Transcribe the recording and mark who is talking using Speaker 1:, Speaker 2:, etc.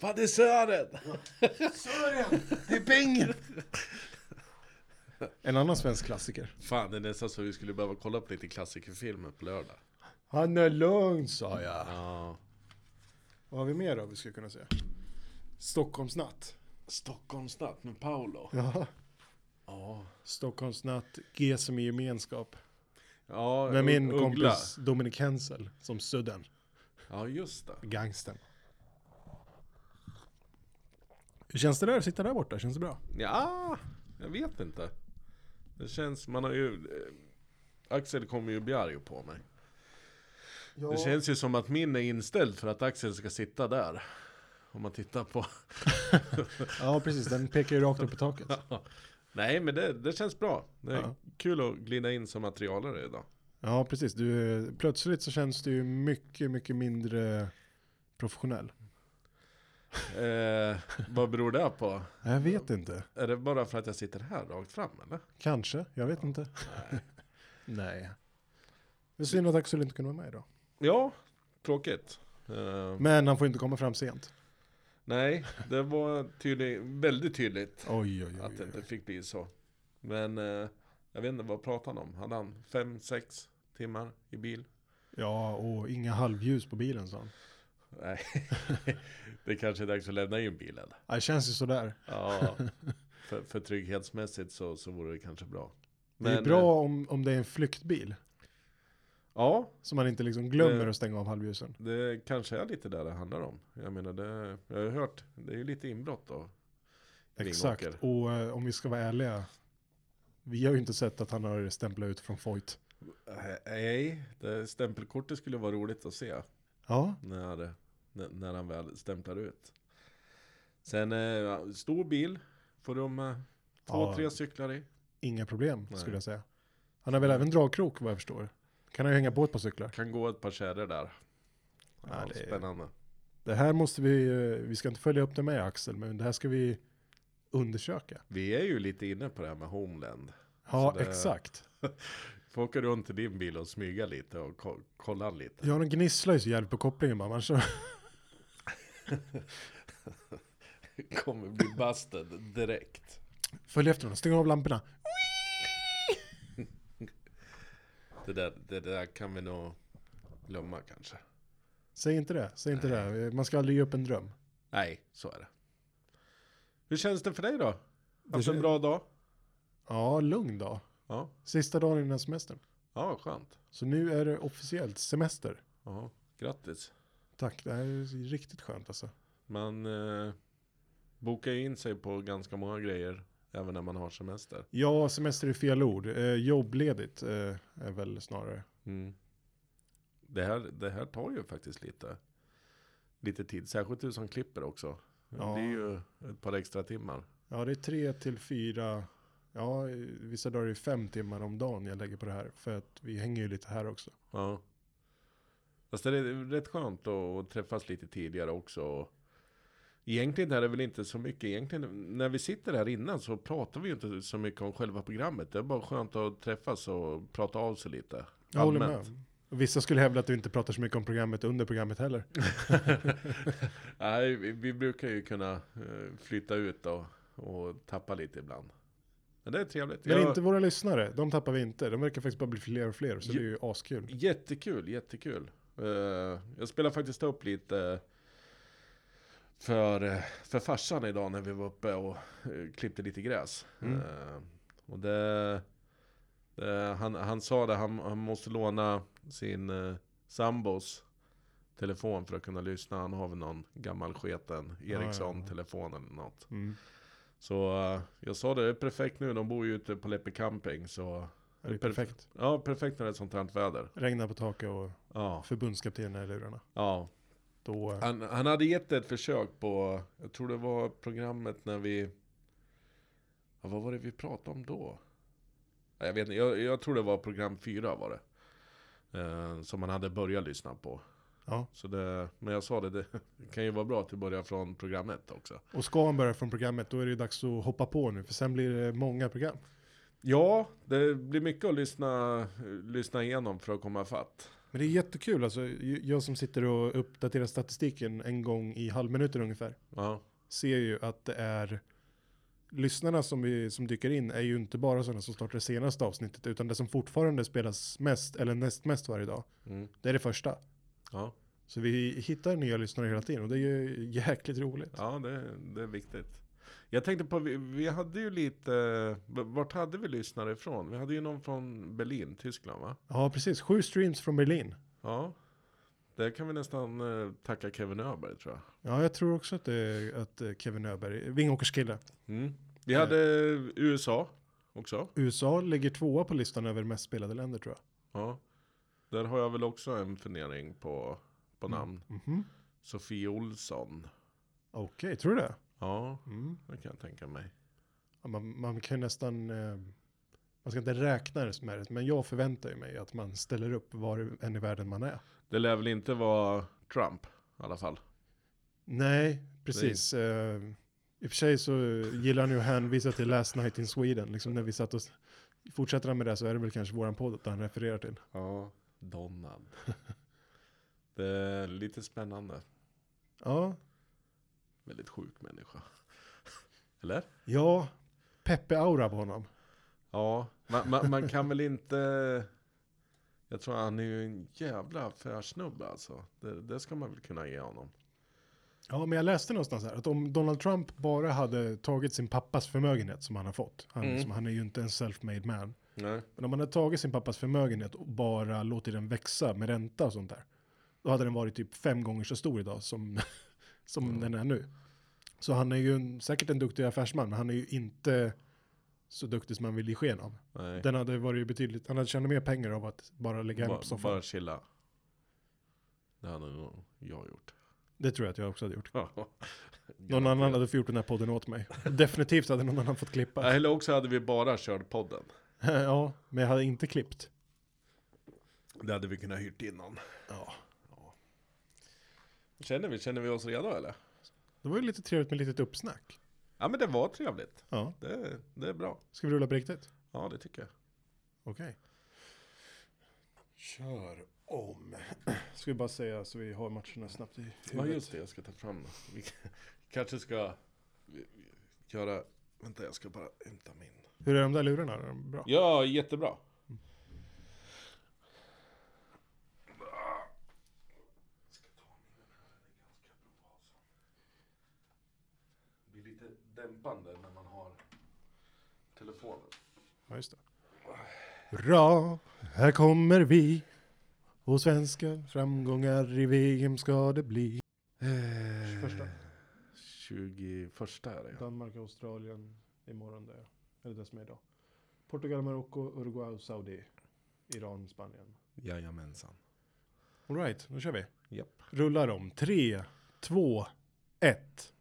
Speaker 1: Fan, det är Sören!
Speaker 2: Sören! Det är Bengen! En annan svensk klassiker.
Speaker 1: Fan, det är nästan så vi skulle behöva kolla upp lite klassikerfilmer på lördag.
Speaker 2: Han är lugn sa jag.
Speaker 1: Ja.
Speaker 2: Vad har vi mer då vi skulle kunna säga? Stockholmsnatt.
Speaker 1: Stockholmsnatt med Paolo.
Speaker 2: Ja.
Speaker 1: Ja.
Speaker 2: Stockholmsnatt, G som i gemenskap.
Speaker 1: ja
Speaker 2: Med min
Speaker 1: Uggla.
Speaker 2: kompis Dominik Hensel, som sudden,
Speaker 1: Ja, just det.
Speaker 2: gangsten. Hur känns det där att sitta där borta? Känns det bra?
Speaker 1: Ja, jag vet inte. Det känns, man har ju... Eh, Axel kommer ju bli arg på mig. Det känns ju som att min är inställd för att Axel ska sitta där. Om man tittar på...
Speaker 2: Ja, precis. Den pekar ju rakt upp i taket.
Speaker 1: Nej, men det, det känns bra. Det är
Speaker 2: Ja.
Speaker 1: kul att glida in som materialare idag.
Speaker 2: Ja, precis. Du, plötsligt så känns du ju mycket, mycket mindre professionell.
Speaker 1: Eh, vad beror det på?
Speaker 2: Jag vet inte.
Speaker 1: Är det bara för att jag sitter här rakt fram eller?
Speaker 2: Kanske. Jag vet inte. Nej. Det är synd att Axel inte kunde vara med idag.
Speaker 1: Ja, tråkigt. Eh,
Speaker 2: Men han får inte komma fram sent.
Speaker 1: nej, det var tydlig, väldigt tydligt
Speaker 2: Oj, oj,
Speaker 1: att det inte fick bli så. Men eh, jag vet inte vad pratade han om. Hade han fem, sex timmar i bil?
Speaker 2: Ja, och inga halvljus på bilen sa han.
Speaker 1: Nej, det kanske är dags att lämna in bilen.
Speaker 2: Ja, Det känns ju sådär.
Speaker 1: Ja, för, för trygghetsmässigt så, så vore det kanske bra.
Speaker 2: det är
Speaker 1: Men, eh,
Speaker 2: bra om, om det är en flyktbil.
Speaker 1: Ja,
Speaker 2: Så man inte liksom glömmer
Speaker 1: Eh.
Speaker 2: att stänga av halvljusen.
Speaker 1: Det kanske är lite där det handlar om. Jag menar, det, jag har ju hört, det är ju lite inbrott då. Ring
Speaker 2: Exakt.
Speaker 1: åker.
Speaker 2: Och eh, om vi ska vara ärliga. Vi har ju inte sett att han har stämplat ut från Foyt.
Speaker 1: Nej, det stämpelkortet skulle vara roligt att se
Speaker 2: Ja,
Speaker 1: när, när- när han väl stämplar ut. Sen, eh, stor bil, får rum med två,
Speaker 2: Ja.
Speaker 1: tre cyklar i.
Speaker 2: inga problem
Speaker 1: Nej.
Speaker 2: skulle jag säga. Han har väl även dragkrok vad jag förstår. Kan han ju hänga på ett par cyklar.
Speaker 1: Kan gå ett par kärror där.
Speaker 2: Ja,
Speaker 1: Ja,
Speaker 2: det är-
Speaker 1: Spännande.
Speaker 2: Det här måste vi, eh, vi ska inte följa upp det med Axel, men det här ska vi undersöka.
Speaker 1: Vi är ju lite inne på det här med Homeland.
Speaker 2: Ja,
Speaker 1: Så det-
Speaker 2: exakt.
Speaker 1: Får åka runt i din bil och smyga lite och ko- kolla lite.
Speaker 2: Ja, de gnisslar ju så jävligt på kopplingen bara. Man kör,
Speaker 1: Kommer bli busted direkt.
Speaker 2: följ efter dem, stäng av lamporna.
Speaker 1: Det där, det där kan vi nog glömma kanske.
Speaker 2: Säg inte det, säg inte det. Man ska aldrig ge upp en dröm.
Speaker 1: Nej, så är det. Hur känns det för dig då? Haft en
Speaker 2: kän-
Speaker 1: bra dag?
Speaker 2: Ja, lugn då.
Speaker 1: Ja,
Speaker 2: Sista dagen innan semestern.
Speaker 1: ja skönt.
Speaker 2: Så nu är det officiellt semester.
Speaker 1: Ja, grattis.
Speaker 2: Tack, det här är riktigt skönt alltså.
Speaker 1: Man eh, bokar ju in sig på ganska många grejer även när man har semester.
Speaker 2: Ja, semester är fel ord. Eh, jobbledigt eh, är väl snarare.
Speaker 1: Det, här, det här tar ju faktiskt lite, lite tid, särskilt du som klipper också.
Speaker 2: Ja.
Speaker 1: Det är ju ett par extra timmar.
Speaker 2: Ja, det är tre till fyra, ja, eh, vissa dagar är det fem timmar om dagen jag lägger på det här. För att vi hänger ju lite här också.
Speaker 1: Ja. Fast det är rätt skönt att att träffas lite tidigare också. och Egentligen är det väl inte så mycket. Egentligen när vi sitter här innan så pratar vi ju inte så mycket om själva programmet. Det är bara skönt att träffas och prata av sig lite.
Speaker 2: Jag håller
Speaker 1: allmänt.
Speaker 2: med. Och Vissa skulle hävda att vi inte pratar så mycket om programmet under programmet heller.
Speaker 1: Nej, vi, vi brukar ju kunna eh, flytta ut och, och tappa lite ibland. Men det är trevligt.
Speaker 2: Men
Speaker 1: Jag-
Speaker 2: inte våra lyssnare, de tappar vi inte. De verkar faktiskt bara bli fler och fler, så
Speaker 1: Jo.
Speaker 2: det är ju askul.
Speaker 1: Jättekul, jättekul. Eh, jag spelade faktiskt upp lite eh, för, eh, för farsan idag när vi var uppe och eh, klippte lite gräs.
Speaker 2: Mm.
Speaker 1: Eh, och det, det, han, han sa det, han, han måste låna sin eh, sambos telefon för att kunna lyssna. Han har väl någon gammal sketen
Speaker 2: ja.
Speaker 1: Ericsson-telefon eller något.
Speaker 2: Mm.
Speaker 1: Så eh, jag sa det, det är perfekt nu, de bor ju ute på Leppe camping. Så
Speaker 2: Det är ju
Speaker 1: Perf-
Speaker 2: perfekt.
Speaker 1: ja, perfekt när det är sånt här väder.
Speaker 2: Regnar på taket och
Speaker 1: Ja,
Speaker 2: förbundskaptenen i lurarna.
Speaker 1: ja.
Speaker 2: Då, eh,
Speaker 1: Han, han hade gett ett försök på, jag tror det var programmet när vi... Ja, vad var det vi pratade om då? Ja, Jag vet inte, jag, jag tror det var program fyra var det. Eh, som han hade börjat lyssna på.
Speaker 2: ja.
Speaker 1: Så det, men jag sa det, det kan ju vara bra att du börjar från program ett också.
Speaker 2: Och ska han börja från programmet, då är det ju dags att hoppa på nu, för sen blir det många program.
Speaker 1: Ja, det blir mycket att lyssna, lyssna igenom för att komma fatt.
Speaker 2: Men det är jättekul, alltså, ju- jag som sitter och uppdaterar statistiken en gång i halvminuten ungefär,
Speaker 1: Ja,
Speaker 2: ser ju att det är lyssnarna som, vi, som dyker in är ju inte bara sådana som startar det senaste avsnittet, utan det som fortfarande spelas mest, eller näst mest varje dag,
Speaker 1: mm.
Speaker 2: det är det första.
Speaker 1: ja.
Speaker 2: Så vi hittar nya lyssnare hela tiden och det är ju jäkligt roligt.
Speaker 1: ja det, det är viktigt. Jag tänkte på, vi, vi hade ju lite, v- vart hade vi lyssnare ifrån? Vi hade ju någon från Berlin, Tyskland va?
Speaker 2: Ja, precis. Sju streams från Berlin.
Speaker 1: Ja. Där kan vi nästan eh, tacka Kevin Öberg tror jag.
Speaker 2: Ja, jag tror också att, det, att eh, Kevin Öberg, Vingåkers kille.
Speaker 1: Mm. Vi
Speaker 2: Eh.
Speaker 1: hade USA också.
Speaker 2: USA ligger tvåa på listan över mest spelade länder tror jag.
Speaker 1: Ja. Där har jag väl också en fundering på, på
Speaker 2: Mm.
Speaker 1: namn.
Speaker 2: Mhm.
Speaker 1: Sofie Olsson.
Speaker 2: Okej, tror du det?
Speaker 1: Ja,
Speaker 2: Mm.
Speaker 1: det kan jag tänka mig.
Speaker 2: Ja, Man, man kan ju nästan, eh, man ska inte räkna det som är det, men jag förväntar ju mig att man ställer upp var än i världen man är.
Speaker 1: Det lär väl inte vara Trump i alla fall.
Speaker 2: Nej, precis. Eh, I och för sig så gillar han ju att hänvisa till Last Night in Sweden, liksom när vi satt oss, fortsätter han med det så är det väl kanske våran podd att han refererar till.
Speaker 1: Ja, Donald. det är lite spännande.
Speaker 2: Ja,
Speaker 1: Väldigt sjuk människa. Eller?
Speaker 2: ja, Peppe-aura på honom.
Speaker 1: Ja, man, man, man kan väl inte... Jag tror han är ju en jävla affärssnubbe alltså. Det, det ska man väl kunna ge honom.
Speaker 2: Ja, men jag läste någonstans här att om Donald Trump bara hade tagit sin pappas förmögenhet som han har fått, han,
Speaker 1: Mm.
Speaker 2: som, han är ju inte en self-made man,
Speaker 1: Nej.
Speaker 2: men om han hade tagit sin pappas förmögenhet och bara låtit den växa med ränta och sånt där, då hade den varit typ fem gånger så stor idag som, som
Speaker 1: Mm.
Speaker 2: den är nu. Så han är ju en, säkert en duktig affärsman, men han är ju inte så duktig som man vill ge sken av.
Speaker 1: Nej.
Speaker 2: Den hade varit betydligt, han hade tjänat mer pengar av att bara lägga hem
Speaker 1: Bara,
Speaker 2: på soffan.
Speaker 1: bara chilla. Det hade nog jag gjort.
Speaker 2: Det tror jag att jag också hade gjort. Någon
Speaker 1: Garanterat.
Speaker 2: annan hade fått gjort den här podden åt mig. Definitivt hade någon annan fått klippa.
Speaker 1: Eller också hade vi bara kört podden.
Speaker 2: Ja, men jag hade inte klippt.
Speaker 1: Det hade vi kunnat hyrt innan.
Speaker 2: Ja.
Speaker 1: Känner vi, känner vi oss redo eller?
Speaker 2: Det var ju lite trevligt med litet uppsnack.
Speaker 1: Ja men det var trevligt.
Speaker 2: Ja.
Speaker 1: Det, det är bra.
Speaker 2: Ska vi rulla på riktigt?
Speaker 1: Ja det tycker jag.
Speaker 2: Okej. Kör om. Ska vi bara säga så vi har matcherna snabbt i huvudet.
Speaker 1: Ja just det, jag ska ta fram det. Vi kanske ska vi- vi- göra... Vänta jag ska bara hämta min.
Speaker 2: Hur är de där lurarna? Är de bra?
Speaker 1: Ja, jättebra. Det blir lite dämpande när man har telefonen.
Speaker 2: Ja, just det. Hurra, här kommer vi. Och svenska framgångar i VM ska det bli. Eh, 21.
Speaker 1: 21 Eh, är det. ja.
Speaker 2: Danmark och Australien imorgon där. Eller det som är idag. Portugal, Marocko, Uruguay, Saudi, Iran, Spanien.
Speaker 1: Jajamensan.
Speaker 2: Alright, då kör vi.
Speaker 1: Japp.
Speaker 2: Rullar om. 3, 2, 1.